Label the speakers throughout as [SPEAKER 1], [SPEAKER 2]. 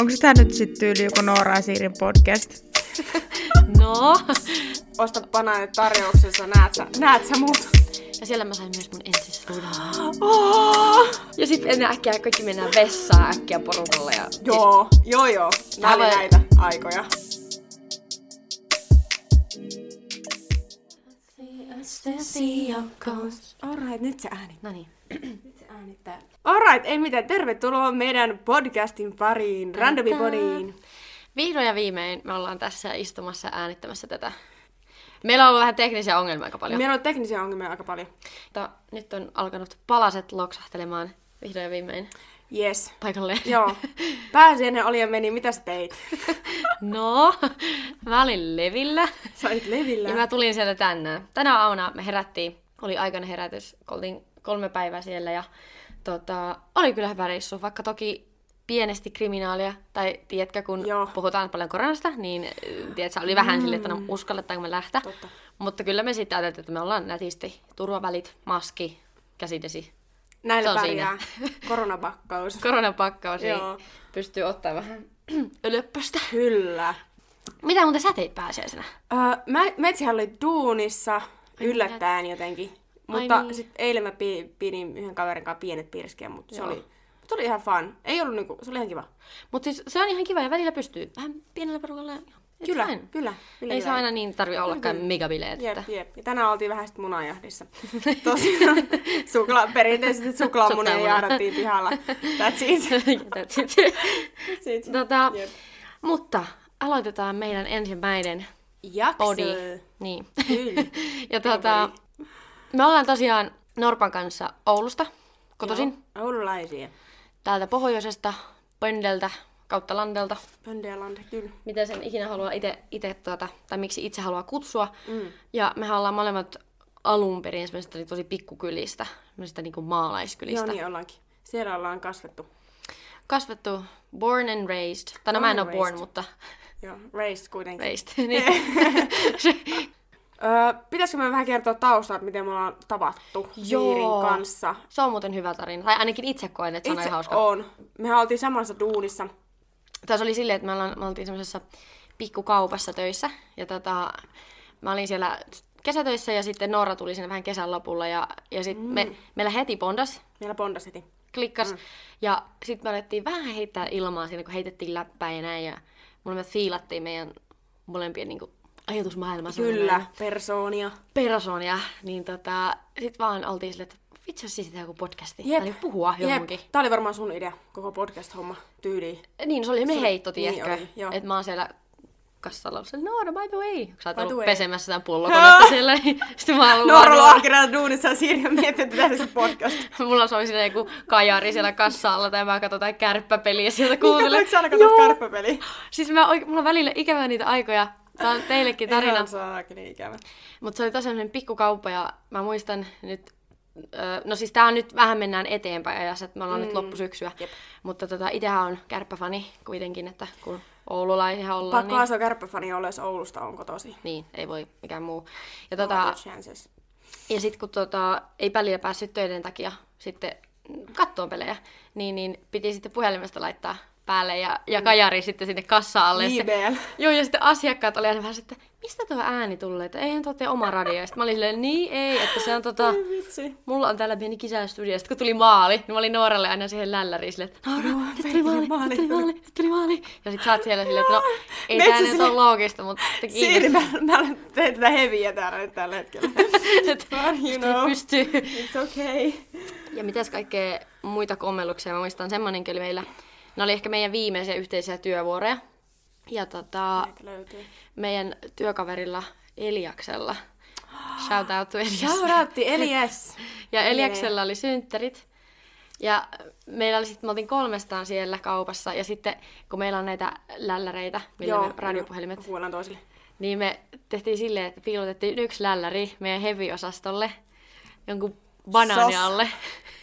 [SPEAKER 1] Onko tämä nyt sitten tyyli joku Noora Siirin podcast?
[SPEAKER 2] No.
[SPEAKER 3] Osta banaanit tarjouksensa, näet sä, näet sä muut.
[SPEAKER 2] Ja siellä mä sain myös mun ensis
[SPEAKER 3] Oh,
[SPEAKER 2] Ja sit ennen äkkiä kaikki mennään vessaan äkkiä porukalle ja...
[SPEAKER 3] joo, joo joo. Nää oli
[SPEAKER 2] Aivan.
[SPEAKER 3] näitä aikoja. Alright, nyt se ääni.
[SPEAKER 2] No niin.
[SPEAKER 3] Nyt se äänittää. Alright, ei mitään. Tervetuloa meidän podcastin pariin, Randomi Bodiin.
[SPEAKER 2] Vihdoin ja viimein me ollaan tässä istumassa ja äänittämässä tätä. Meillä on ollut vähän teknisiä ongelmia aika paljon.
[SPEAKER 3] Meillä on teknisiä ongelmia aika paljon.
[SPEAKER 2] Mutta nyt on alkanut palaset loksahtelemaan vihdoin ja viimein
[SPEAKER 3] Yes.
[SPEAKER 2] paikalle.
[SPEAKER 3] Joo. Pääsiäinen oli ja meni. Mitä sä teit?
[SPEAKER 2] No, mä olin levillä.
[SPEAKER 3] Sä olit levillä.
[SPEAKER 2] Ja mä tulin sieltä tänään. Tänä aamuna me herättiin, oli aikainen herätys, oltiin kolme päivää siellä ja tota, oli kyllä hyvä reissu, vaikka toki pienesti kriminaalia, tai tiedätkö, kun
[SPEAKER 3] Joo.
[SPEAKER 2] Joo. puhutaan paljon koronasta, niin äh, tiedätkö, oli vähän mm. silleen, että no uskallettaanko me lähteä.
[SPEAKER 3] Totta.
[SPEAKER 2] Mutta kyllä me sitten ajateltiin, että me ollaan nätisti, turvavälit, maski, käsidesi,
[SPEAKER 3] Näillä
[SPEAKER 2] se on
[SPEAKER 3] pärjää. Koronapakkaus.
[SPEAKER 2] koronapakkaus, niin
[SPEAKER 3] Joo.
[SPEAKER 2] pystyy ottaa vähän ölöppöstä.
[SPEAKER 3] Kyllä.
[SPEAKER 2] Mitä muuten sä teit pääsiäisenä?
[SPEAKER 3] Öö, mä, metsihän oli duunissa yllättäen jotenkin. Mutta
[SPEAKER 2] niin.
[SPEAKER 3] sitten eilen mä pi- pidin yhden kaverin kanssa pienet pirskiä, mutta se oli, se oli ihan fun. Ei ollut niinku, se oli ihan kiva.
[SPEAKER 2] Mutta siis se on ihan kiva ja välillä pystyy vähän pienellä porukalla. ja ihan- it's
[SPEAKER 3] Kyllä,
[SPEAKER 2] fine.
[SPEAKER 3] kyllä, kyllä, kyllä.
[SPEAKER 2] Ei se aina niin tarvi ollakaan megabileet.
[SPEAKER 3] Jep,
[SPEAKER 2] että-
[SPEAKER 3] jep. Ja tänään oltiin vähän sitten munajahdissa. Tosiaan sukla, perinteisesti suklaamunia
[SPEAKER 2] Suklaamuna.
[SPEAKER 3] jahdattiin pihalla. That's it.
[SPEAKER 2] That's it.
[SPEAKER 3] That's it.
[SPEAKER 2] tota,
[SPEAKER 3] Jep.
[SPEAKER 2] mutta aloitetaan meidän ensimmäinen
[SPEAKER 3] Jakso.
[SPEAKER 2] podi. Niin.
[SPEAKER 3] Kyllä.
[SPEAKER 2] ja tota, me ollaan tosiaan Norpan kanssa Oulusta kotoisin.
[SPEAKER 3] Joo, Oululaisia.
[SPEAKER 2] Täältä pohjoisesta, Pöndeltä, kautta Landelta.
[SPEAKER 3] Pöndealand, kyllä.
[SPEAKER 2] Mitä sen ikinä haluaa itse, itse tuota, tai miksi itse haluaa kutsua. Mm. Ja mehän ollaan molemmat alun perin semmoisista niin tosi pikkukylistä, semmoisista niin kuin maalaiskylistä.
[SPEAKER 3] Joo, niin ollaankin. Siellä ollaan kasvettu.
[SPEAKER 2] Kasvettu, born and raised. Tai no mä en
[SPEAKER 3] Born
[SPEAKER 2] ole
[SPEAKER 3] and
[SPEAKER 2] born,
[SPEAKER 3] raised.
[SPEAKER 2] mutta
[SPEAKER 3] Joo, raised kuitenkin.
[SPEAKER 2] raised. niin.
[SPEAKER 3] Öö, pitäisikö me vähän kertoa taustaa, että miten me ollaan tavattu Siirin kanssa?
[SPEAKER 2] Se on muuten hyvä tarina. Tai ainakin itse koen, että se on
[SPEAKER 3] Itse
[SPEAKER 2] ihan hauska.
[SPEAKER 3] on. Mehän oltiin samassa duunissa.
[SPEAKER 2] Tässä oli silleen, että me, ollaan, me oltiin semmoisessa pikkukaupassa töissä. Ja tota, mä olin siellä kesätöissä ja sitten Noora tuli sinne vähän kesän lopulla. Ja, ja sitten mm. me, meillä heti bondas,
[SPEAKER 3] Meillä bondas heti.
[SPEAKER 2] klikkas. Mm. Ja sitten me alettiin vähän heittää ilmaa siinä, kun heitettiin läppää ja näin. Ja molemmat fiilattiin meidän molempien niin kuin, ajatusmaailmaa.
[SPEAKER 3] Kyllä, persoonia.
[SPEAKER 2] persoonia, niin tota, sit vaan oltiin silleen, että vitsi olisi siitä joku podcasti. Jep. Tai puhua Ah, johonkin.
[SPEAKER 3] Jep. Tää oli varmaan sun idea, koko podcast-homma tyyliin.
[SPEAKER 2] Niin, se oli me heitto,
[SPEAKER 3] niin
[SPEAKER 2] tiedätkö?
[SPEAKER 3] oli, joo.
[SPEAKER 2] että mä oon siellä kassalla ollut silleen, Noora, by the way. Kun sä oot
[SPEAKER 3] By the
[SPEAKER 2] ollut
[SPEAKER 3] way.
[SPEAKER 2] pesemässä tämän pullokonetta siellä, niin sit mä oon ollut
[SPEAKER 3] Noora
[SPEAKER 2] vaan-
[SPEAKER 3] Lohkirjalla duunissa ja Siiri on miettinyt, että tehdään se podcast.
[SPEAKER 2] Mulla soi siinä joku kajari siellä kassalla, tai mä katson jotain kärppäpeliä sieltä kuuntelen.
[SPEAKER 3] Niin, Voiko sä aina katsoa karppapeli?
[SPEAKER 2] Siis mä, oike- mulla on välillä ikävä niitä aikoja. Tää on teillekin tarina.
[SPEAKER 3] Ihan saakin niin ikävä.
[SPEAKER 2] Mutta se oli tosiaan semmoinen pikkukauppa ja mä muistan nyt, öö, no siis tää on nyt vähän mennään eteenpäin ajassa, että me ollaan mm. nyt loppusyksyä. Jep. Mutta tota, itsehän on kärppäfani kuitenkin, että kun oululaisia ollaan,
[SPEAKER 3] Pakko asua kärppäfani olla, jos Oulusta on kotosi.
[SPEAKER 2] niin, niin ei voi mikään muu. Ja,
[SPEAKER 3] Tota...
[SPEAKER 2] tota, ja sitten kun tota, ei välillä päässyt töiden takia sitten kattoon pelejä, niin, niin piti sitten puhelimesta laittaa päälle ja, ja kajari sitten sinne kassaalle.
[SPEAKER 3] JBL.
[SPEAKER 2] Joo, ja sitten asiakkaat oli aina vähän sitten, mistä tuo ääni tulee, että eihän tuo tee oma radio. Ja sitten mä olin silleen, niin ei, että se on tota,
[SPEAKER 3] Ai vitsi.
[SPEAKER 2] mulla on täällä pieni kisästudio. Ja sitten kun tuli maali, niin mä olin Nooralle aina siihen lälläriin silleen, että Noora, nyt tuli maali, nyt tuli maali, nyt tuli maali. Ja sitten sä oot siellä silleen, että no, ei
[SPEAKER 3] Metsä
[SPEAKER 2] tää nyt
[SPEAKER 3] silleen-
[SPEAKER 2] ole loogista, mutta
[SPEAKER 3] Siiri,
[SPEAKER 2] kiitos.
[SPEAKER 3] mä, mä teen tätä heviä täällä nyt tällä hetkellä.
[SPEAKER 2] että
[SPEAKER 3] you know.
[SPEAKER 2] pystyy.
[SPEAKER 3] It's okay.
[SPEAKER 2] Ja mitäs kaikkea muita kommelluksia, mä muistan semmonenkin oli meillä, ne oli ehkä meidän viimeisiä yhteisiä työvuoroja. Ja tota,
[SPEAKER 3] Näitä löytyy.
[SPEAKER 2] meidän työkaverilla Eliaksella. Shout out to Elias.
[SPEAKER 3] Shoutout Elias.
[SPEAKER 2] Ja Eliaksella oli synttärit. Ja meillä oli sitten, me oltiin kolmestaan siellä kaupassa. Ja sitten kun meillä on näitä lälläreitä, millä me radiopuhelimet,
[SPEAKER 3] Huolan toisille.
[SPEAKER 2] niin me tehtiin silleen, että piilotettiin yksi lälläri meidän heavy-osastolle jonkun banaani
[SPEAKER 3] Sos.
[SPEAKER 2] alle.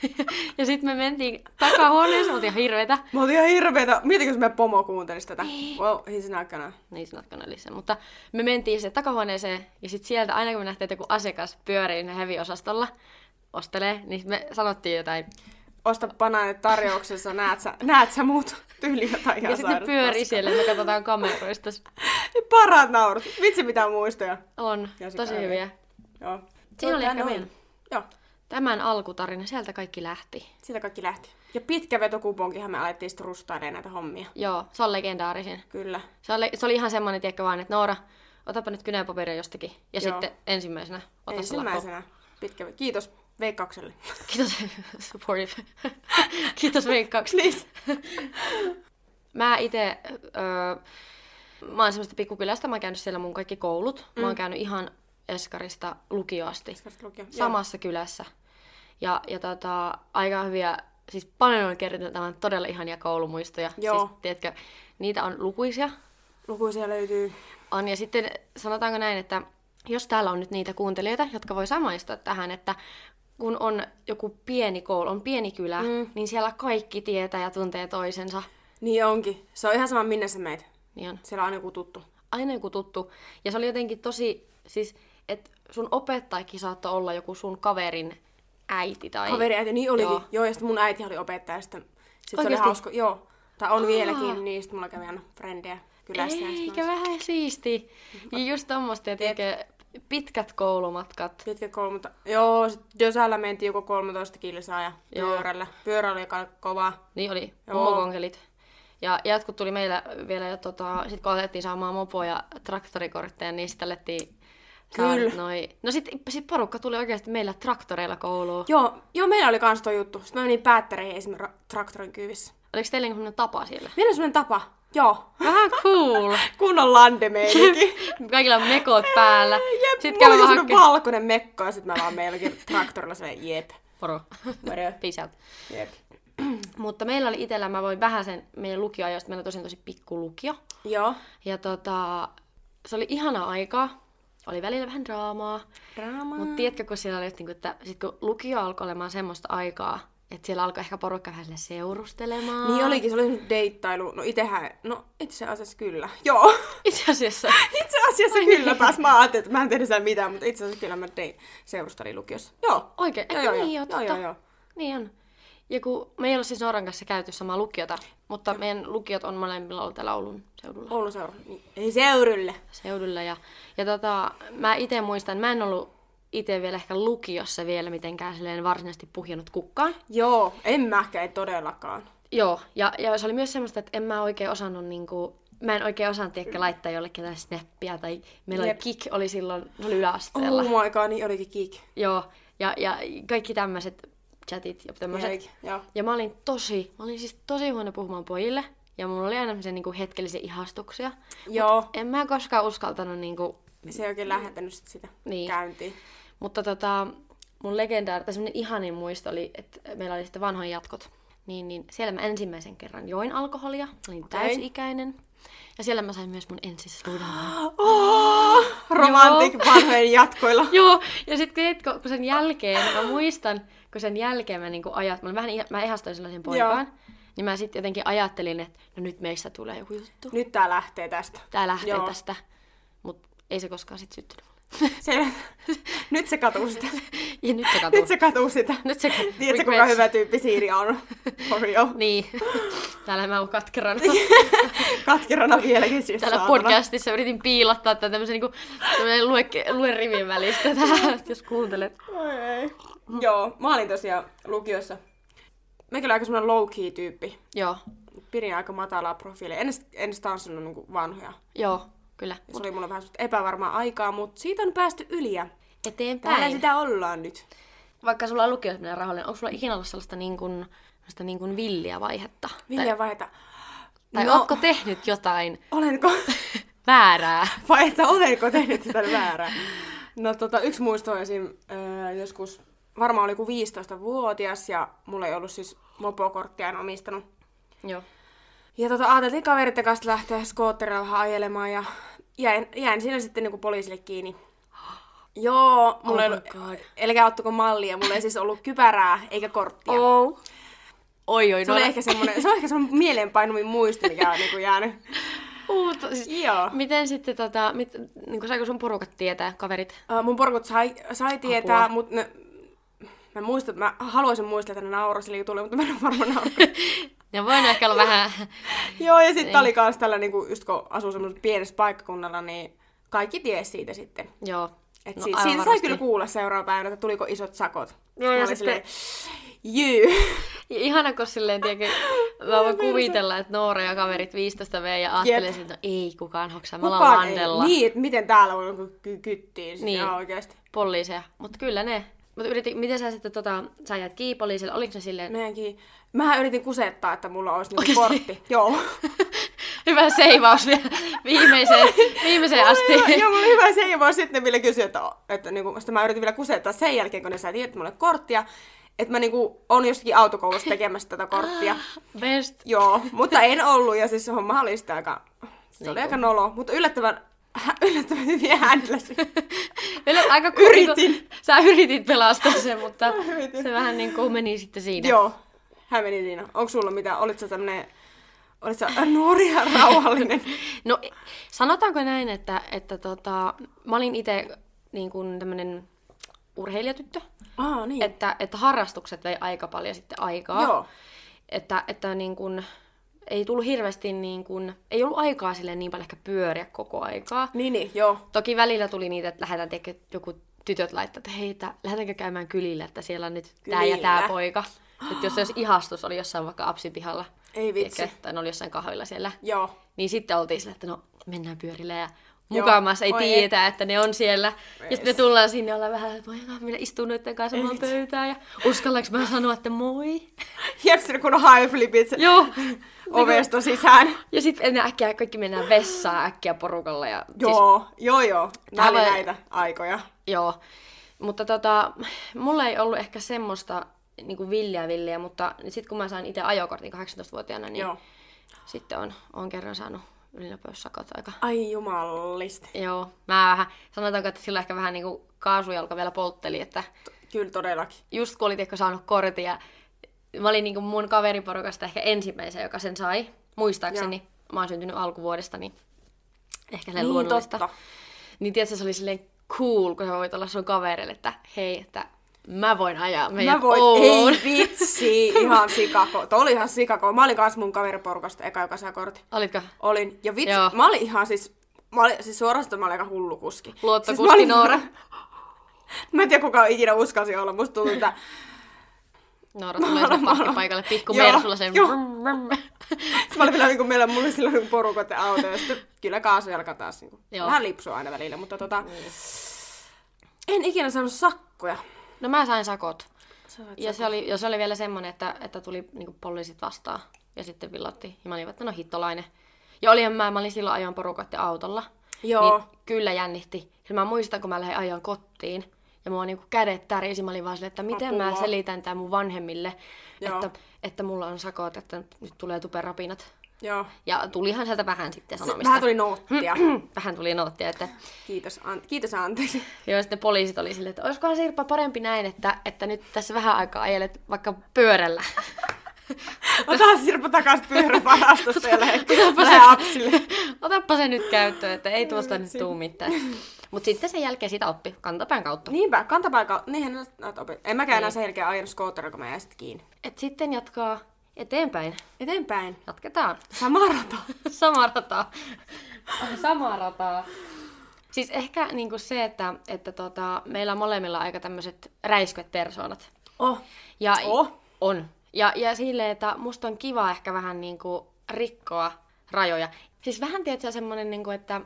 [SPEAKER 2] ja sitten me mentiin takahuoneeseen, oltiin ihan hirveitä.
[SPEAKER 3] Mä olin ihan hirveetä. Mietitkö, jos meidän pomo kuuntelisi tätä? Well, he's not gonna.
[SPEAKER 2] Niin se natkana lisää. Mutta me mentiin sinne takahuoneeseen ja sitten sieltä aina kun me nähtiin, että joku asiakas pyörii siinä heviosastolla, ostelee, niin sit me sanottiin jotain.
[SPEAKER 3] Osta banaanit tarjouksensa, näet sä, näet sä muut. Tyyli jotain
[SPEAKER 2] Ja
[SPEAKER 3] ihan
[SPEAKER 2] sitten ne
[SPEAKER 3] sairaan
[SPEAKER 2] pyörii
[SPEAKER 3] paskaa.
[SPEAKER 2] siellä, me katsotaan kameroista.
[SPEAKER 3] Parat naurut. Vitsi mitä muistoja.
[SPEAKER 2] On,
[SPEAKER 3] Ja se
[SPEAKER 2] tosi
[SPEAKER 3] käy.
[SPEAKER 2] hyviä.
[SPEAKER 3] Joo.
[SPEAKER 2] Siinä oli
[SPEAKER 3] Näin
[SPEAKER 2] ehkä
[SPEAKER 3] on.
[SPEAKER 2] meidän.
[SPEAKER 3] Joo,
[SPEAKER 2] Tämän alkutarina, sieltä kaikki lähti.
[SPEAKER 3] siitä kaikki lähti. Ja pitkä vetokuponkihan me alettiin sitten rustailemaan näitä hommia.
[SPEAKER 2] Joo, se on legendaarisin.
[SPEAKER 3] Kyllä.
[SPEAKER 2] Se oli, se oli ihan semmoinen, tiedätkö vaan, että Noora, otapa nyt kynäpaperia jostakin. Ja
[SPEAKER 3] Joo.
[SPEAKER 2] sitten ensimmäisenä ota Se
[SPEAKER 3] Ensimmäisenä. Pitkä. Kiitos Veikkaukselle.
[SPEAKER 2] lakko. Kiitos, supportive. Kiitos veikkauksesta.
[SPEAKER 3] Please.
[SPEAKER 2] Mä itse, öö, mä oon semmoista pikkukylästä, mä oon käynyt siellä mun kaikki koulut. Mm. Mä oon käynyt ihan Eskarista lukioasti.
[SPEAKER 3] Tästä lukio. Joo.
[SPEAKER 2] samassa kylässä. Ja, ja tota, aika hyviä, siis paljon on kertynyt todella ihania koulumuistoja.
[SPEAKER 3] Joo.
[SPEAKER 2] Siis, tiedätkö, niitä on lukuisia.
[SPEAKER 3] Lukuisia löytyy.
[SPEAKER 2] On, ja sitten sanotaanko näin, että jos täällä on nyt niitä kuuntelijoita, jotka voi samaistua tähän, että kun on joku pieni koulu, on pieni kylä, mm. niin siellä kaikki tietää ja tuntee toisensa.
[SPEAKER 3] Niin onkin. Se on ihan sama minne sä meet.
[SPEAKER 2] Niin on
[SPEAKER 3] Siellä on aina joku tuttu.
[SPEAKER 2] aina joku tuttu. Ja se oli jotenkin tosi, siis, että sun opettajakin saattoi olla joku sun kaverin äiti tai...
[SPEAKER 3] Kaveri äiti, niin olikin.
[SPEAKER 2] Joo.
[SPEAKER 3] Joo. joo, ja sitten mun äiti oli opettaja. Sitten, sit se oli
[SPEAKER 2] Oikeesti?
[SPEAKER 3] hauska. Joo. Tai on vieläkin, niin sitten mulla kävi aina frendejä kylässä. ja sit
[SPEAKER 2] Eikä vähän siisti. Ja just tommoista, ja tiedätkö, pitkät koulumatkat.
[SPEAKER 3] Pitkä kolmota... Joo, sit Dösällä mentiin joku 13 kilsaa ja
[SPEAKER 2] Joo.
[SPEAKER 3] pyörällä. Pyörä oli aika kova.
[SPEAKER 2] Niin oli,
[SPEAKER 3] Joo.
[SPEAKER 2] mopokonkelit. Ja jatkut tuli meillä vielä, ja tota, sit kun alettiin saamaan mopo- ja traktorikortteja, niin sitten alettiin saa-
[SPEAKER 3] Kyllä.
[SPEAKER 2] Noi. No sit, sit porukka tuli oikeasti meillä traktoreilla kouluun. Jo.
[SPEAKER 3] Joo, joo, meillä oli kans toi juttu. Sitten mä menin päättäreihin esimerkiksi ra- traktorin kyyvissä.
[SPEAKER 2] Oliko teillä niinku semmonen tapa siellä?
[SPEAKER 3] Meillä on semmonen tapa. Joo.
[SPEAKER 2] Vähän cool.
[SPEAKER 3] Kunnon landemeininki.
[SPEAKER 2] Kaikilla on mekot päällä.
[SPEAKER 3] Jep,
[SPEAKER 2] Sit
[SPEAKER 3] Sitten mulla
[SPEAKER 2] käydään
[SPEAKER 3] oli
[SPEAKER 2] vähän
[SPEAKER 3] semmonen valkoinen mekko ja sit mä vaan meillä traktorilla se jep.
[SPEAKER 2] Moro.
[SPEAKER 3] Moro.
[SPEAKER 2] Peace out.
[SPEAKER 3] Jep.
[SPEAKER 2] Mutta meillä oli itsellä, mä voin vähän sen meidän lukioajoista, meillä on tosiaan tosi pikku lukio.
[SPEAKER 3] Joo.
[SPEAKER 2] Ja tota, se oli ihana aika. Oli välillä vähän draamaa.
[SPEAKER 3] Drama.
[SPEAKER 2] Mutta tiedätkö, kun siellä oli, just niinku, että sit kun lukio alkoi olemaan semmoista aikaa, että siellä alkoi ehkä porukka vähän sille seurustelemaan.
[SPEAKER 3] Niin olikin, se oli semmonen deittailu. No itehän, no itse asiassa kyllä. Joo.
[SPEAKER 2] Itse asiassa.
[SPEAKER 3] Itse asiassa Ai kyllä taas. Mä ajattelin, että mä en tehdä sitä mitään, mutta itse asiassa kyllä mä tein seurustelin lukiossa. Joo.
[SPEAKER 2] Oikein.
[SPEAKER 3] Joo,
[SPEAKER 2] Joo,
[SPEAKER 3] joo,
[SPEAKER 2] joo, niin,
[SPEAKER 3] joo.
[SPEAKER 2] joo,
[SPEAKER 3] Joo,
[SPEAKER 2] totta.
[SPEAKER 3] joo, joo.
[SPEAKER 2] Niin on. Ja kun me ei ole siis Nooran kanssa käyty samaa lukiota, mutta meidän lukiot on molemmilla ollut täällä Oulun seudulla.
[SPEAKER 3] Oulun seura. Niin. Ei seurylle.
[SPEAKER 2] seudulla. Ja, ja tota, mä itse muistan, mä en ollut itse vielä ehkä lukiossa vielä mitenkään silleen varsinaisesti puhjennut kukkaan.
[SPEAKER 3] Joo, en mäkään, ei todellakaan.
[SPEAKER 2] Joo, ja, ja se oli myös semmoista, että en mä oikein osannut niinku, mä en oikein osannut ehkä laittaa jollekin jotain snappia tai meillä oli
[SPEAKER 3] Jep.
[SPEAKER 2] kick, oli silloin, se oli yläasteella.
[SPEAKER 3] Oh
[SPEAKER 2] Oh.
[SPEAKER 3] my god, niin olikin kiik.
[SPEAKER 2] Joo, ja, ja kaikki tämmöiset chatit ja tämmöiset.
[SPEAKER 3] Jäikin, Joo.
[SPEAKER 2] Ja mä olin tosi, mä olin siis tosi huono puhumaan pojille. Ja mulla oli aina semmoisia niinku hetkellisiä ihastuksia.
[SPEAKER 3] Joo.
[SPEAKER 2] En mä koskaan uskaltanut niinku
[SPEAKER 3] Se ei oikein lähettänyt sit sitä
[SPEAKER 2] Niin.
[SPEAKER 3] käyntiin.
[SPEAKER 2] Mutta tota, mun legendaari, tai semmonen ihanin muisto oli, että meillä oli sitten vanhoin jatkot. Niin, niin siellä mä ensimmäisen kerran join alkoholia, olin
[SPEAKER 3] Okei.
[SPEAKER 2] täysikäinen. Ja siellä mä sain myös mun ensisrudan.
[SPEAKER 3] Oh, romantic vanhojen jatkoilla.
[SPEAKER 2] Joo, ja sitten kun sen jälkeen, mä muistan, kun sen jälkeen mä niinku ajat, mä, olin vähän, iha- mä ihastuin sellaisen poikaan, niin mä sitten jotenkin ajattelin, että no nyt meistä tulee joku juttu.
[SPEAKER 3] Nyt tää lähtee tästä.
[SPEAKER 2] Tää lähtee
[SPEAKER 3] Joo.
[SPEAKER 2] tästä. Mutta ei se koskaan sitten syttynyt.
[SPEAKER 3] Se, nyt se katuu sitä.
[SPEAKER 2] Ja nyt se katuu.
[SPEAKER 3] Nyt se katuu sitä.
[SPEAKER 2] Nyt se
[SPEAKER 3] Tiedätkö, kuinka
[SPEAKER 2] regrets.
[SPEAKER 3] hyvä tyyppi Siiri on? For real.
[SPEAKER 2] Niin. Täällä mä oon katkerana.
[SPEAKER 3] Katkerana vieläkin siis
[SPEAKER 2] Täällä
[SPEAKER 3] saatana.
[SPEAKER 2] podcastissa yritin piilottaa tämän tämmöisen niin kuin, lue, lue rivin välistä tähän, jos kuuntelet.
[SPEAKER 3] Oi ei. Joo, mä olin tosiaan lukiossa. Mä kyllä aika semmonen low-key tyyppi.
[SPEAKER 2] Joo,
[SPEAKER 3] Pidin aika matalaa profiilia. En, edes- en edes tanssinut niinku vanhoja.
[SPEAKER 2] joo, kyllä.
[SPEAKER 3] Se oli mulle vähän semmoista epävarmaa aikaa, mutta siitä on päästy yli ja täällä
[SPEAKER 2] Eteenpäin.
[SPEAKER 3] Näin. sitä ollaan nyt.
[SPEAKER 2] Vaikka sulla on lukio sellainen rahoinen, onko sulla ikinä ollut sellaista niin kuin, sellaista niin kuin villiä No. vaihetta?
[SPEAKER 3] Vilja vaiheta.
[SPEAKER 2] Tai, tai ootko tehnyt jotain
[SPEAKER 3] No, Olenko,
[SPEAKER 2] väärää?
[SPEAKER 3] vai että olenko tehnyt tätä väärää? No tota, yksi muisto on esim. Öö, joskus, varmaan oli kuin 15-vuotias ja mulla ei ollut siis mopokorttia, en omistanut.
[SPEAKER 2] Joo.
[SPEAKER 3] Ja tota, ajateltiin kaveritten kanssa lähteä skootterilla vähän ajelemaan ja jäin, jäin siinä sitten niinku poliisille kiinni. Joo, mulla
[SPEAKER 2] Oh
[SPEAKER 3] ei
[SPEAKER 2] my
[SPEAKER 3] ollut,
[SPEAKER 2] God.
[SPEAKER 3] älkää ottako mallia, mulla ei siis ollut kypärää eikä korttia.
[SPEAKER 2] Oh. Oi, oi,
[SPEAKER 3] Se,
[SPEAKER 2] no.
[SPEAKER 3] oli ehkä semmonen, se on ehkä semmonen mieleenpainumin muisto, mikä on niinku jäänyt.
[SPEAKER 2] Uuta, siis,
[SPEAKER 3] Joo.
[SPEAKER 2] miten sitten, tota, mit, niin kuin, saiko sun porukat tietää, kaverit?
[SPEAKER 3] Ö, Äh, mun porukot sai, sai tietää, mutta ne, mä muistan, mä haluaisin muistaa, että ne nauraa sille jutulle, mutta mä en ole varmaan nauraa.
[SPEAKER 2] Ne voi ehkä olla vähän...
[SPEAKER 3] Joo, ja sitten oli kans tällä, niinku, just kun asuu semmoisella pienessä paikkakunnalla, niin kaikki ties siitä sitten.
[SPEAKER 2] Joo.
[SPEAKER 3] Et
[SPEAKER 2] No
[SPEAKER 3] no, siitä,
[SPEAKER 2] aivan
[SPEAKER 3] siitä sai
[SPEAKER 2] varmasti.
[SPEAKER 3] kyllä kuulla seuraavana päivänä, että tuliko isot sakot.
[SPEAKER 2] Joo, ja
[SPEAKER 3] Mä olin
[SPEAKER 2] sitten-
[SPEAKER 3] silleen, Jyy.
[SPEAKER 2] Ja ihana, kun silleen, tiedätkö, mä voin kuvitella, että Noora ja kaverit 15 V ja ajattelee, että no ei kukaan hoksaa, me ollaan
[SPEAKER 3] Kukaan ei.
[SPEAKER 2] landella.
[SPEAKER 3] Niin, että miten täällä voi olla ky- kyttiin siis
[SPEAKER 2] Niin.
[SPEAKER 3] niin. oikeasti.
[SPEAKER 2] Poliiseja. Mutta kyllä ne. Mutta yritin, miten sä sitten tota, sä jäät kiinni poliisille, oliko ne silleen,
[SPEAKER 3] Meidänkin, mähän yritin kusettaa, että mulla olisi niinku
[SPEAKER 2] Oikeesti?
[SPEAKER 3] kortti. Joo.
[SPEAKER 2] hyvä seivaus vielä viimeiseen, viimeiseen asti.
[SPEAKER 3] Joo, joo, mulla oli hyvä se, ja mä sitten ne vielä kysyi, että, että niinku, sitten mä yritin vielä kusettaa sen jälkeen, kun ne sai tietää, että mulla ei ole korttia, että mä niinku, on jossakin autokoulussa tekemässä tätä korttia.
[SPEAKER 2] Best.
[SPEAKER 3] Joo, mutta en ollut, ja siis se homma oli sitä aika, se oli
[SPEAKER 2] Niin
[SPEAKER 3] aika nolo, mutta yllättävän, yllättävän hyvin händläsin.
[SPEAKER 2] Vielä aika
[SPEAKER 3] Yritin.
[SPEAKER 2] Kun, sä yritit pelastaa sen, mutta
[SPEAKER 3] yritin.
[SPEAKER 2] se vähän niin kuin meni sitten siinä.
[SPEAKER 3] Joo, hän meni Liina. Onko sulla mitä, olit sä tämmönen, olit sä nuori ja rauhallinen?
[SPEAKER 2] No sanotaanko näin, että, että tota, mä olin itse niin kuin tämmönen urheilijatyttö,
[SPEAKER 3] Aa, niin. Et,
[SPEAKER 2] että, että harrastukset vei aika paljon sitten aikaa.
[SPEAKER 3] Joo.
[SPEAKER 2] Että, että niin kun, ei tullut hirveästi, niin kun, ei ollut aikaa sille niin paljon ehkä pyöriä koko aikaa.
[SPEAKER 3] niin, niin, joo.
[SPEAKER 2] Toki välillä tuli niitä, että lähdetään tekemään joku tytöt laittaa, että hei, että lähdetäänkö käymään kylillä, että siellä on nyt tämä ja tämä
[SPEAKER 3] Kylillä.
[SPEAKER 2] poika. Että jos, jos ihastus oli jossain vaikka apsipihalla,
[SPEAKER 3] Ei vitsi.
[SPEAKER 2] tiedätkö, tai ne oli jossain kahvilla siellä,
[SPEAKER 3] Joo.
[SPEAKER 2] niin sitten oltiin sillä, että no mennään pyörillä ja
[SPEAKER 3] Joo.
[SPEAKER 2] mukaamassa ei
[SPEAKER 3] Oi
[SPEAKER 2] tietää, että ne on siellä. Ja sitten me
[SPEAKER 3] Yes.
[SPEAKER 2] tullaan sinne olla vähän, että voi hyvä, minä istun noiden kanssa samaan
[SPEAKER 3] vitsi.
[SPEAKER 2] pöytään ja uskallanko mä sanoa, että moi.
[SPEAKER 3] Jep, siinä kun on high flipit
[SPEAKER 2] Joo. niin
[SPEAKER 3] ovesta sisään.
[SPEAKER 2] Ja sitten äkkiä kaikki mennään vessaan äkkiä porukalla. Ja Siis,
[SPEAKER 3] Joo, joo, joo. Nämä oli
[SPEAKER 2] Täällä-
[SPEAKER 3] näitä aikoja.
[SPEAKER 2] joo. Mutta tota, mulla ei ollut ehkä semmoista niinku villiä villiä, mutta sitten kun mä sain itse ajokortin 18-vuotiaana, niin
[SPEAKER 3] Joo.
[SPEAKER 2] sitten on, on kerran saanut ylinopeussakot aika
[SPEAKER 3] Ai jumallisti.
[SPEAKER 2] Joo, mä vähän, sanotaanko, että sillä ehkä vähän niin kuin kaasujalka vielä poltteli, että
[SPEAKER 3] Kyllä todellakin.
[SPEAKER 2] just kun oli tiedätkö, saanut kortin ja mä olin niin kuin mun kaveriporukasta ehkä ensimmäisen, joka sen sai, muistaakseni. Joo. Mä oon syntynyt alkuvuodesta, niin ehkä niin,
[SPEAKER 3] Niin,
[SPEAKER 2] luonnollista.
[SPEAKER 3] totta.
[SPEAKER 2] Niin tietysti se oli silleen cool, kun sä voit olla sun kaverille, että hei, että mä voin ajaa meidän
[SPEAKER 3] Mä voin,
[SPEAKER 2] Ouluun.
[SPEAKER 3] ei vitsi, ihan sikako. Tuo oli ihan sikako. Mä olin kanssa mun kaveriporukasta eka, joka sai kortin.
[SPEAKER 2] Olitko?
[SPEAKER 3] Olin. Ja vitsi,
[SPEAKER 2] Joo.
[SPEAKER 3] Joo. mä olin ihan siis, mä olin, siis suorastaan mä olin aika hullu kuski.
[SPEAKER 2] Luottokuski
[SPEAKER 3] siis mä olin-
[SPEAKER 2] Noora.
[SPEAKER 3] mä en tiedä, kuka ikinä uskalsi olla. Musta tuntuu, että
[SPEAKER 2] Noora tulee sinne parkkipaikalle pikku
[SPEAKER 3] Joo,
[SPEAKER 2] mersulla sen.
[SPEAKER 3] joo.
[SPEAKER 2] vrum, vrum.
[SPEAKER 3] Sitten mä olin vielä niin kuin meillä mulla oli silloin porukat ja auto ja sitten kyllä kaasujalka taas niin kuin,
[SPEAKER 2] Joo.
[SPEAKER 3] vähän lipsua aina välillä, mutta tota, en ikinä saanut sakkoja.
[SPEAKER 2] No mä sain sakot. Ja se, oli, ja se oli vielä semmoinen, että, että tuli niinku poliisit vastaan ja sitten villotti. Ja mä olin, että no hittolainen. Ja olihan mä, mä olin silloin ajan porukat ja autolla.
[SPEAKER 3] Joo.
[SPEAKER 2] Niin kyllä jännitti. Ja mä muistan, kun mä lähdin ajan kotiin ja mua niinku kädet tärisi. Mä olin vaan silleen, että miten mä
[SPEAKER 3] Apua.
[SPEAKER 2] selitän tämän mun vanhemmille,
[SPEAKER 3] Joo.
[SPEAKER 2] että, että mulla on sakot, että nyt tulee tuperapinat.
[SPEAKER 3] Joo.
[SPEAKER 2] Ja tulihan sieltä vähän sitten
[SPEAKER 3] Se,
[SPEAKER 2] sanomista.
[SPEAKER 3] Niin. vähän tuli noottia.
[SPEAKER 2] vähän tuli noottia, että
[SPEAKER 3] Kiitos, an- kiitos ja anteeksi.
[SPEAKER 2] Joo, ja sitten poliisit oli silleen, että olisikohan Sirpa parempi näin, että, että nyt tässä vähän aikaa ajelet vaikka pyörällä.
[SPEAKER 3] Ota Sirpa takas pyörävarastosta ja lähde
[SPEAKER 2] Otapa
[SPEAKER 3] lähde
[SPEAKER 2] se,
[SPEAKER 3] apsille.
[SPEAKER 2] otapa se nyt käyttöön, että ei tuosta nyt tuu mitään. Mutta sitten sen jälkeen sitä oppi kantapään kautta.
[SPEAKER 3] Niinpä, kantapaikka. Niinhän ne näitä opet. En mäkään enää sen jälkeen ajanut skootterilla, kun mä jäin sit kiinni.
[SPEAKER 2] Et sitten jatkaa eteenpäin.
[SPEAKER 3] Eteenpäin.
[SPEAKER 2] Jatketaan.
[SPEAKER 3] Sama rata.
[SPEAKER 2] Samaa rataa. Samaa rataa. Siis ehkä niinku se, että, että tota, meillä on molemmilla aika tämmöiset räiskyt persoonat.
[SPEAKER 3] Oh.
[SPEAKER 2] Ja
[SPEAKER 3] Oh.
[SPEAKER 2] on. Ja, ja silleen, että musta on kiva ehkä vähän niin kuin rikkoa rajoja. Siis vähän tietysti semmoinen, niin kuin, että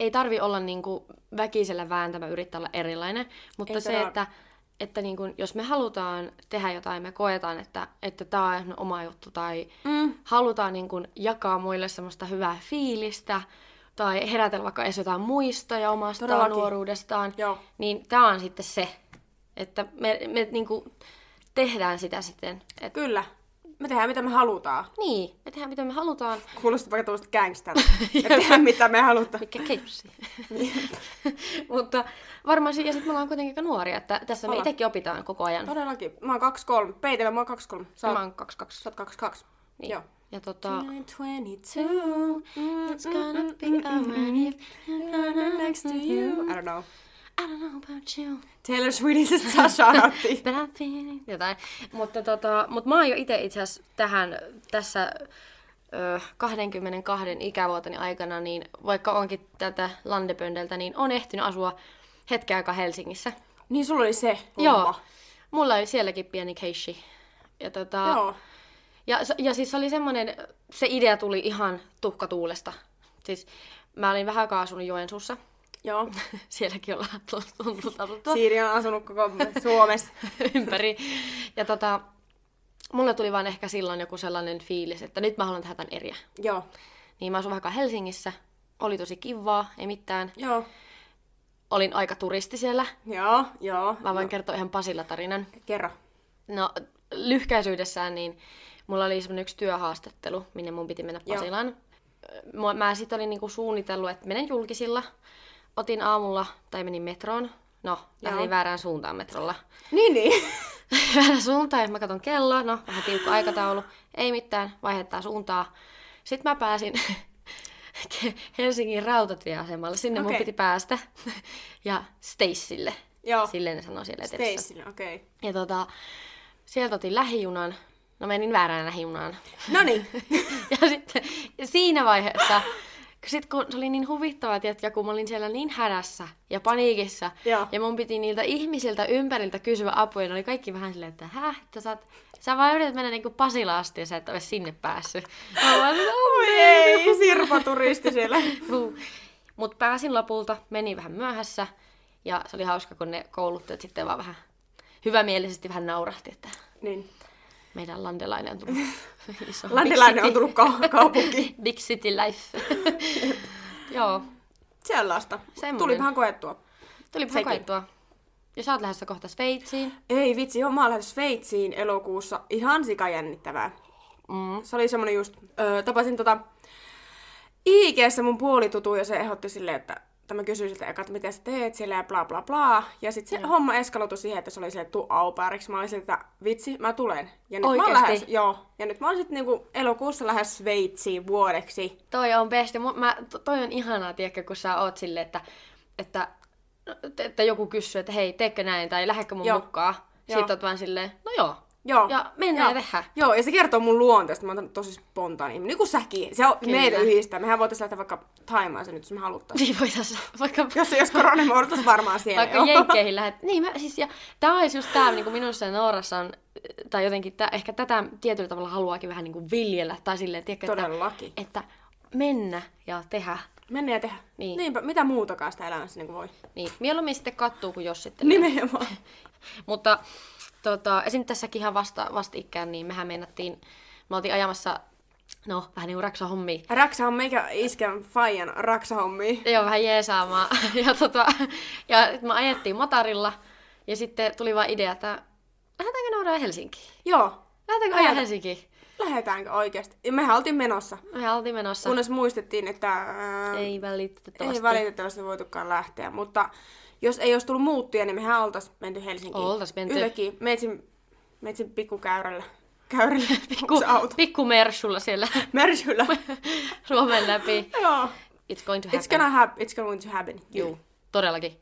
[SPEAKER 2] ei tarvi olla niin kuin väkisellä vääntämä yrittää olla erilainen, mutta
[SPEAKER 3] Ei
[SPEAKER 2] se,
[SPEAKER 3] todella.
[SPEAKER 2] että, että niin kuin, jos me halutaan tehdä jotain, me koetaan, että että tämä on ihan oma juttu tai mm. halutaan niin kuin jakaa muille semmoista hyvää fiilistä tai herätellä vaikka edes jotain muistoja omasta
[SPEAKER 3] Todellakin.
[SPEAKER 2] nuoruudestaan,
[SPEAKER 3] Joo.
[SPEAKER 2] niin tämä on sitten se, että me, me niinku tehdään sitä sitten. Et,
[SPEAKER 3] Kyllä. Me tehdään mitä me halutaan.
[SPEAKER 2] niin, me tehdään mitä me halutaan.
[SPEAKER 3] Kuulosti vaikka tuollaista gangsterilta. Me tehdään mitä me halutaan.
[SPEAKER 2] Mikä keipsi. Mutta varmaan, si- ja sitten me ollaan kuitenkin aika nuoria, että tässä me
[SPEAKER 3] Ollaan.
[SPEAKER 2] itsekin opitaan koko ajan.
[SPEAKER 3] Todellakin. Mä oon 23. Peitellä mä oon 23. Sä
[SPEAKER 2] Mä
[SPEAKER 3] oot,
[SPEAKER 2] oon 22.
[SPEAKER 3] sä oot 22.
[SPEAKER 2] Niin.
[SPEAKER 3] Joo.
[SPEAKER 2] Ja tota,
[SPEAKER 3] I'm 22. Mm,
[SPEAKER 2] It's gonna be alright if I'm gonna next to you.
[SPEAKER 3] I don't know.
[SPEAKER 2] I don't know about you,
[SPEAKER 3] Taylor Swiftin Sasha ratti.
[SPEAKER 2] but I feel it. Jotain. Mutta tota, mut mä oon jo itse itse asiassa tähän tässä ö, 22 ikävuoteni aikana, niin vaikka onkin tätä Landepöndeltä, niin on ehtinyt asua hetken aikaa Helsingissä.
[SPEAKER 3] niin sulla oli se
[SPEAKER 2] Joo.
[SPEAKER 3] homma.
[SPEAKER 2] Mulla oli sielläkin pieni keissi. Ja tota,
[SPEAKER 3] Joo.
[SPEAKER 2] Ja, s- ja siis se oli semmoinen, se idea tuli ihan tuhkatuulesta. Siis mä olin vähän aikaa asunut Joensuussa.
[SPEAKER 3] Joo.
[SPEAKER 2] Sielläkin ollaan tullut- tullut asuttua
[SPEAKER 3] Siiri on asunut koko Suomessa.
[SPEAKER 2] ympäri. Ja tota, mulle tuli vaan ehkä silloin joku sellainen fiilis, että nyt mä haluan tehdä tämän eriä.
[SPEAKER 3] Joo.
[SPEAKER 2] Niin mä asuin vähän aikaa Helsingissä. Oli tosi kivaa, ei mitään.
[SPEAKER 3] Joo.
[SPEAKER 2] Olin aika turisti siellä.
[SPEAKER 3] Joo. Joo.
[SPEAKER 2] Mä voin kertoa ihan Pasilla tarinan.
[SPEAKER 3] Kerro.
[SPEAKER 2] No lyhkäisyydessään niin mulla oli semmoinen yksi työhaastattelu, minne mun piti mennä
[SPEAKER 3] Joo.
[SPEAKER 2] Pasilaan. Mä, mä sitten olin niinku suunnitellut, että menen julkisilla. Otin aamulla, tai menin metroon. No, lähdin
[SPEAKER 3] Joo.
[SPEAKER 2] väärään suuntaan metrolla.
[SPEAKER 3] Niin, niin.
[SPEAKER 2] väärään suuntaan, ja mä katson kelloa. No, vähän tiukka aikataulu. Ei mitään, vaihettaa suuntaa. Sitten mä pääsin Ke- Helsingin rautatieasemalle. Sinne mun
[SPEAKER 3] Okei.
[SPEAKER 2] piti päästä. ja Stacelle.
[SPEAKER 3] Joo.
[SPEAKER 2] Silleen ne sanoo siellä etelässä.
[SPEAKER 3] Stacey, okei. Okay.
[SPEAKER 2] Ja tota, sieltä otin lähijunan. No menin väärään lähijunaan.
[SPEAKER 3] No niin.
[SPEAKER 2] Ja sitten siinä vaiheessa, sit kun se oli niin huvittavaa, tietkä, kun mä olin siellä niin hädässä ja paniikissa,
[SPEAKER 3] Joo.
[SPEAKER 2] ja mun piti niiltä ihmisiltä ympäriltä kysyä apua, ja ne oli kaikki vähän silleen, että häh, että sä, oot, sä vaan yrität mennä niinku Pasilaan asti, ja sä et ole sinne päässyt. Mä vaan, että
[SPEAKER 3] Oi ei, Sirpa turisti siellä.
[SPEAKER 2] Mutta pääsin lopulta, menin vähän myöhässä, ja se oli hauska, kun ne kouluttajat sitten vaan vähän hyvämielisesti vähän naurahti, että
[SPEAKER 3] Niin.
[SPEAKER 2] meidän landelainen on tullut iso.
[SPEAKER 3] Landelainen on
[SPEAKER 2] Big
[SPEAKER 3] tullut ka- kaupunkiin.
[SPEAKER 2] city- Big city life. Joo,
[SPEAKER 3] Sellaista.
[SPEAKER 2] Semmonen.
[SPEAKER 3] Tuli vähän koettua.
[SPEAKER 2] tuli
[SPEAKER 3] Sekin.
[SPEAKER 2] vähän koettua. Ja sä oot lähdössä kohta Sveitsiin.
[SPEAKER 3] Ei vitsi, joo, mä oon lähdössä Sveitsiin elokuussa. Ihan sikajännittävää.
[SPEAKER 2] Mm.
[SPEAKER 3] Se oli semmonen just, öö, tapasin tota IG-ssä mun puolitutu ja se ehdotti silleen, että tai mä kysyin siltä eka, että mitä sä teet siellä ja bla bla bla. Ja sit se homma eskaloitui siihen, että se oli se, että tuu au pairiksi. Mä olin siltä, että vitsi, mä tulen. Ja nyt mä oon
[SPEAKER 2] Oikeesti?
[SPEAKER 3] lähes, joo. Ja nyt mä oon sit niinku elokuussa lähes Sveitsiin vuodeksi.
[SPEAKER 2] Toi on besti. Mu- Mä, to- toi on ihanaa, tiedätkö, kun sä oot silleen, että, että, no, että joku kysyy, että hei, teekö näin tai lähdekö mun
[SPEAKER 3] Joo.
[SPEAKER 2] mukaan.
[SPEAKER 3] Joo.
[SPEAKER 2] Sitten oot vaan silleen, no joo.
[SPEAKER 3] Joo.
[SPEAKER 2] Ja mennään
[SPEAKER 3] Joo.
[SPEAKER 2] ja tehdään.
[SPEAKER 3] Joo, ja se kertoo mun luonteesta. Mä oon tosi spontaani. ihminen. Niin kuin säkin. Se on
[SPEAKER 2] Kyllä.
[SPEAKER 3] meitä yhdistää. Mehän voitaisiin lähteä vaikka taimaan se nyt, jos me haluttaisiin.
[SPEAKER 2] Niin voitais vaikka...
[SPEAKER 3] jos, jos korona me oltais varmaan siellä
[SPEAKER 2] Vaikka
[SPEAKER 3] jo.
[SPEAKER 2] jenkkeihin lähet. Niin, mä, siis, ja tämä olisi just tämä, niin kuin minussa ja Noorassa on, tai jotenkin tää, ehkä tätä tietyllä tavalla haluaakin vähän niin kuin viljellä, tai silleen, tiedätkö,
[SPEAKER 3] Todellakin.
[SPEAKER 2] Että, että mennä ja tehdä.
[SPEAKER 3] Mennä ja tehdä.
[SPEAKER 2] Niin.
[SPEAKER 3] Niinpä, mitä muutakaan sitä elämässä niin kuin voi.
[SPEAKER 2] Niin, mieluummin sitten kattuu kuin jos sitten.
[SPEAKER 3] Nimenomaan. Niin.
[SPEAKER 2] Mutta tota, esim. tässäkin ihan vasta, vastikään, niin mehän meinattiin, me oltiin ajamassa, no vähän niin kuin raksa hommia,
[SPEAKER 3] Raksa on meikä iskän faijan raksahommi.
[SPEAKER 2] Joo, vähän jeesaamaan. Ja, tota, ja sit me ajettiin motarilla, ja sitten tuli vaan idea, että lähdetäänkö nauraa Helsinkiin?
[SPEAKER 3] Joo.
[SPEAKER 2] Lähdetäänkö
[SPEAKER 3] Ajata.
[SPEAKER 2] ajaa Helsinkiin?
[SPEAKER 3] Lähetäänkö oikeasti? Ja mehän oltiin menossa.
[SPEAKER 2] Me oltiin menossa.
[SPEAKER 3] Kunnes muistettiin, että... ää,
[SPEAKER 2] Ei välitettävästi.
[SPEAKER 3] ei valitettavasti voitukaan lähteä, mutta jos ei olisi tullut muuttuja, niin mehän oltais menty Helsinkiin.
[SPEAKER 2] Oltais menty.
[SPEAKER 3] Yhtäkkiä meitsin, meitsin pikkukäyrällä. Käyrillä.
[SPEAKER 2] Pikku,
[SPEAKER 3] auto.
[SPEAKER 2] pikku mersulla siellä
[SPEAKER 3] Mersyllä.
[SPEAKER 2] Suomen läpi.
[SPEAKER 3] Joo.
[SPEAKER 2] It's going to happen.
[SPEAKER 3] It's gonna happen. It's going to happen.
[SPEAKER 2] Juu, todellakin.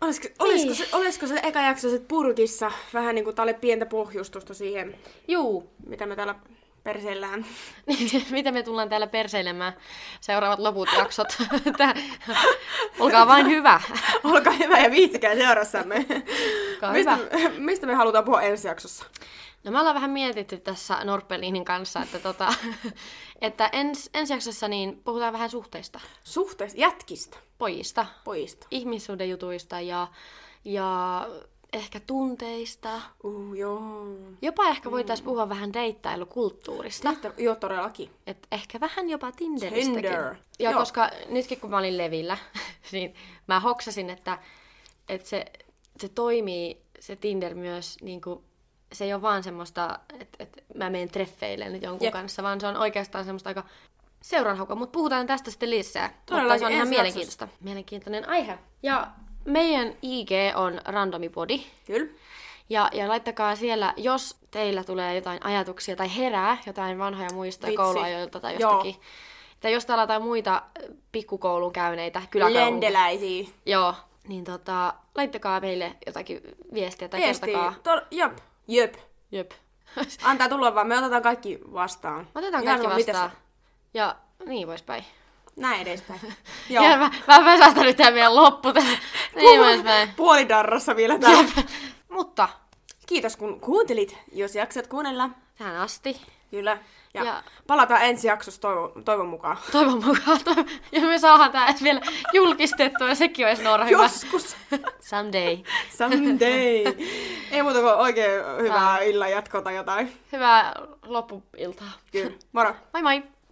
[SPEAKER 3] Olisiko, olisiko,
[SPEAKER 2] Niin.
[SPEAKER 3] se, olisiko se eka jakso sit purkissa? Vähän niinku tää oli pientä pohjustusta siihen,
[SPEAKER 2] Juu.
[SPEAKER 3] mitä me täällä perseillään.
[SPEAKER 2] Niin, Mitä me tullaan täällä perseilemään seuraavat loput jaksot. Tää- Olkaa vain hyvä.
[SPEAKER 3] Olkaa hyvä ja viitsikää seurassamme.
[SPEAKER 2] Olkaa
[SPEAKER 3] mistä,
[SPEAKER 2] hyvä.
[SPEAKER 3] mistä me halutaan puhua ensi jaksossa?
[SPEAKER 2] No me ollaan vähän mietitty tässä Norpelinin kanssa, että, tota, että ens, ensi jaksossa niin puhutaan vähän suhteista,
[SPEAKER 3] Suhteista, jätkistä,
[SPEAKER 2] pojista,
[SPEAKER 3] pojista.
[SPEAKER 2] ihmissuhdejutuista ja, ja ehkä tunteista.
[SPEAKER 3] Uh, joo.
[SPEAKER 2] Jopa ehkä voitaisiin puhua vähän deittailukulttuurista.
[SPEAKER 3] Lähtö, joo, todellakin.
[SPEAKER 2] Et ehkä vähän jopa Tinderistäkin.
[SPEAKER 3] Tinder.
[SPEAKER 2] Ja
[SPEAKER 3] Joo.
[SPEAKER 2] koska nytkin kun mä olin levillä, niin mä hoksasin, että, että se, se toimii, se Tinder myös, niin kuin, se ei ole vaan semmoista, että, että mä menen treffeille nyt jonkun
[SPEAKER 3] Jep.
[SPEAKER 2] kanssa, vaan se on oikeastaan semmoista aika seuraanhaukua. Mutta puhutaan tästä sitten lisää.
[SPEAKER 3] Todellakin,
[SPEAKER 2] Mutta se on
[SPEAKER 3] ensi
[SPEAKER 2] ihan
[SPEAKER 3] jaksossa.
[SPEAKER 2] mielenkiintoista. Mielenkiintoinen aihe. Ja meidän IG on randomipodi.
[SPEAKER 3] Kyllä.
[SPEAKER 2] Ja, ja laittakaa siellä, jos teillä tulee jotain ajatuksia tai herää jotain vanhoja muistoja
[SPEAKER 3] Vitsi.
[SPEAKER 2] kouluajoilta tai
[SPEAKER 3] Joo.
[SPEAKER 2] jostakin. Tai jos täällä on jotain muita äh, pikkukoulun käyneitä, kyläkoulun...
[SPEAKER 3] Lendeläisiä.
[SPEAKER 2] Joo, Niin tota, laittakaa meille jotakin viestiä tai
[SPEAKER 3] Viesti.
[SPEAKER 2] kertokaa.
[SPEAKER 3] Tol- jep. Jep.
[SPEAKER 2] Jep.
[SPEAKER 3] Antaa tulla vaan, me otetaan kaikki vastaan. Ihan
[SPEAKER 2] Otetaan kaikki
[SPEAKER 3] sama, mitä
[SPEAKER 2] vastaan. Ja niin poispäin.
[SPEAKER 3] se- Näin edespäin. Joo.
[SPEAKER 2] Joo. Ja mä, mä pesästän nyt tää meidän loppu tässä. Niin poispäin.
[SPEAKER 3] Puolidarrassa vielä tää.
[SPEAKER 2] Mutta
[SPEAKER 3] Kiitos kun kuuntelit, jos jaksat kuunnella.
[SPEAKER 2] tähän asti.
[SPEAKER 3] Kyllä. Ja,
[SPEAKER 2] Ja-
[SPEAKER 3] palataan ensi jaksossa toivon, toivon mukaan.
[SPEAKER 2] Toivon mukaan. Toivon. Ja me saadaan tää edes vielä julkistettua ja sekin olisi Noora hyvä.
[SPEAKER 3] Joskus.
[SPEAKER 2] Someday.
[SPEAKER 3] Someday. Ei muuta kuin oikein hyvää
[SPEAKER 2] Ah.
[SPEAKER 3] illan jatkoa tai jotain.
[SPEAKER 2] Hyvää loppuiltaa.
[SPEAKER 3] Kyllä. Moro.
[SPEAKER 2] Moi moi!